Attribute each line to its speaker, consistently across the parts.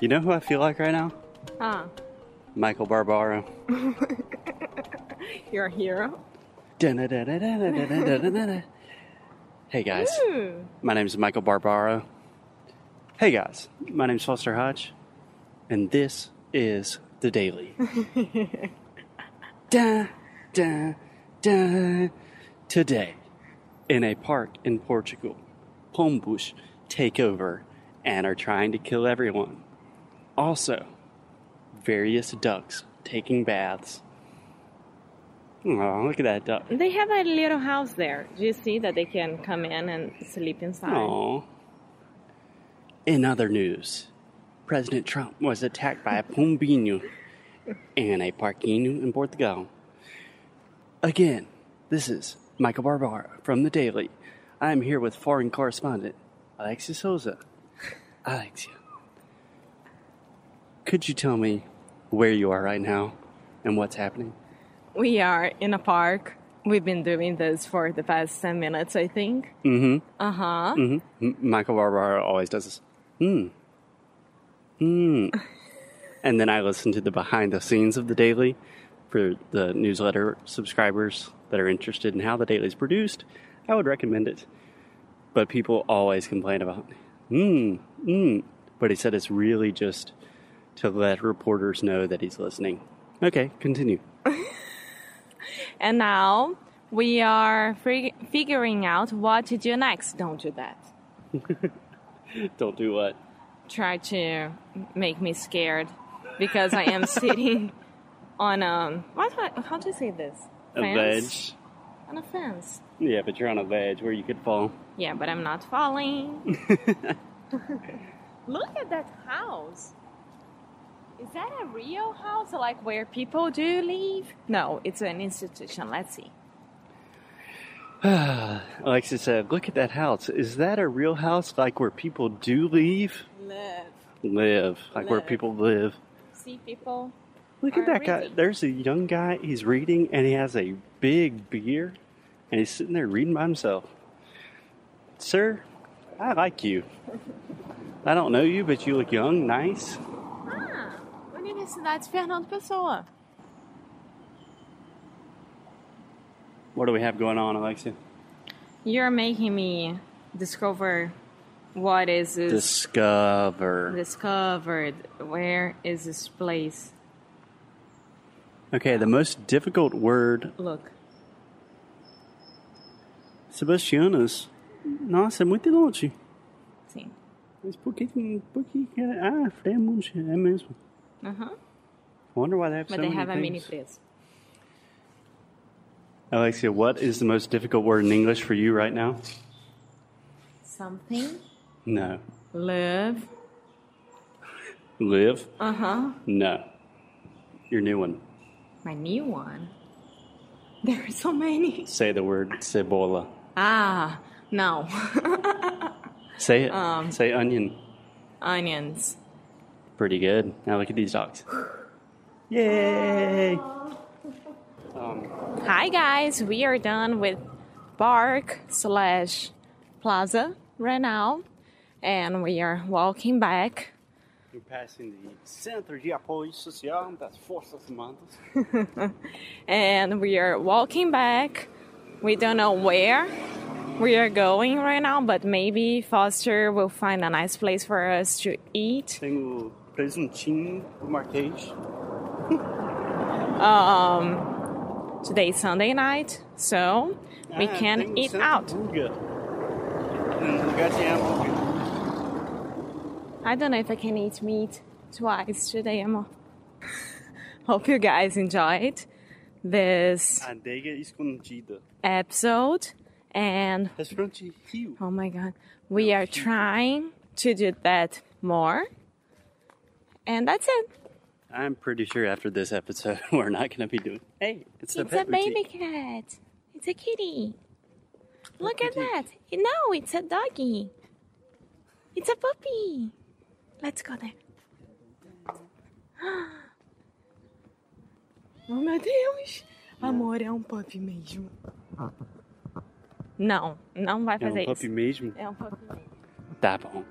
Speaker 1: You know who I feel like right now?
Speaker 2: Ah,
Speaker 1: Michael Barbaro.
Speaker 2: you're a hero.
Speaker 1: Da-na-da-da-da-da-da-da-da-da. hey guys,
Speaker 2: Hmm.
Speaker 1: my name is Michael Barbaro. Hey guys, my name's Foster Hodge, and this is the Daily. da, da, da. Today, in a park in Portugal, Pombush take over and are trying to kill everyone. Also, various ducks taking baths. Oh, look at that duck.
Speaker 2: They have a little house there. Do you see that they can come in and sleep inside?
Speaker 1: Aw. In other news, President Trump was attacked by a pombinho and a parquinho in Portugal. Again, this is Michael Barbaro from The Daily. I am here with foreign correspondent Alexia Souza. Alexia, could you tell me where you are right now and what's happening?
Speaker 2: We are in a park. We've been doing this for the past 10 minutes, I think.
Speaker 1: Mm-hmm.
Speaker 2: Uh huh.
Speaker 1: M- Michael Barbaro always does this. Hmm. Hmm. and then I listen to the behind the scenes of the Daily for the newsletter subscribers that are interested in how the Daily is produced. I would recommend it. But people always complain about, hmm, hmm. But he said it's really just to let reporters know that he's listening. Okay, continue.
Speaker 2: And now we are fig- figuring out what to do next. Don't do that.
Speaker 1: Don't do what?
Speaker 2: Try to make me scared because I am sitting on a. What, what, how do you say this?
Speaker 1: A
Speaker 2: Fence?
Speaker 1: ledge.
Speaker 2: On a fence.
Speaker 1: Yeah, but you're on a ledge where you could fall.
Speaker 2: Yeah, but I'm not falling. Look at that house. Is that a real house, like where people do live? No, it's an institution. Let's see.
Speaker 1: Alexa said, Look at that house. Is that a real house like where people do leave?
Speaker 2: Live.
Speaker 1: Live. Like where
Speaker 2: Live.
Speaker 1: people live.
Speaker 2: See people.
Speaker 1: Look at
Speaker 2: Are
Speaker 1: that guy.
Speaker 2: reading.
Speaker 1: There's a young guy. He's reading and he has a big beer and he's sitting there reading by himself. Sir, I like you. I don't know you, but you look young, nice.
Speaker 2: Ah, Universidade Fernando Pessoa.
Speaker 1: What do we have going on, Alexa?
Speaker 2: You're making me discover what is this
Speaker 1: Discover.
Speaker 2: discovered. Where is this place?
Speaker 1: Okay, the most difficult word.
Speaker 2: Look.
Speaker 1: Sebastianas. Nossa, é muito longe.
Speaker 2: See.
Speaker 1: Mas por que, por que que- Ah, Fremont, é mesmo.
Speaker 2: Uh huh.
Speaker 1: Wonder why they have
Speaker 2: But
Speaker 1: so
Speaker 2: they
Speaker 1: many
Speaker 2: have a
Speaker 1: things.
Speaker 2: mini place.
Speaker 1: Alexia, what is the most difficult word in English for you right now?
Speaker 2: Something.
Speaker 1: No.
Speaker 2: Live.
Speaker 1: Live?
Speaker 2: Uh huh.
Speaker 1: No. Your new one.
Speaker 2: My new one. There are so many.
Speaker 1: Say the word cebola.
Speaker 2: Ah, no.
Speaker 1: Say it.
Speaker 2: Um.
Speaker 1: Say onion.
Speaker 2: Onions.
Speaker 1: Pretty good. Now look at these dogs. Yay! Um,
Speaker 2: Hi guys, we are done with Park slash Plaza right now, and we are walking back.
Speaker 1: we're passing the Centro de Apoio Social das Forças Armadas.
Speaker 2: And we are walking back. We don't know where we are going right now, but maybe Foster will find a nice place for us to eat.
Speaker 1: Tem o presuntinho do Marquês.
Speaker 2: Today's Sunday night, so we
Speaker 1: Ah, tem
Speaker 2: can
Speaker 1: o
Speaker 2: eat
Speaker 1: Santa
Speaker 2: out.
Speaker 1: Buga. Um lugar de hambúrguer.
Speaker 2: I don't know if I can eat meat twice today. I'm hope you guys enjoyed this
Speaker 1: Adega Ah, escondida.
Speaker 2: episode. And
Speaker 1: Restaurante Rio.
Speaker 2: oh my god, we are trying to do that more. And that's it.
Speaker 1: I'm pretty sure after this episode, we're not going to be doing. Hey, it's, the
Speaker 2: It's a
Speaker 1: pet
Speaker 2: baby
Speaker 1: boutique.
Speaker 2: cat. It's a kitty. Look at that. No, it's a doggy. It's a puppy. Let's go there. Oh meu Deus! Amor é um puppy mesmo. Não, não vai
Speaker 1: É um
Speaker 2: fazer
Speaker 1: puppy
Speaker 2: isso.
Speaker 1: mesmo.
Speaker 2: É um puppy mesmo.
Speaker 1: Tá bom.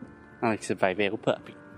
Speaker 1: Alexa vai ver o puppy.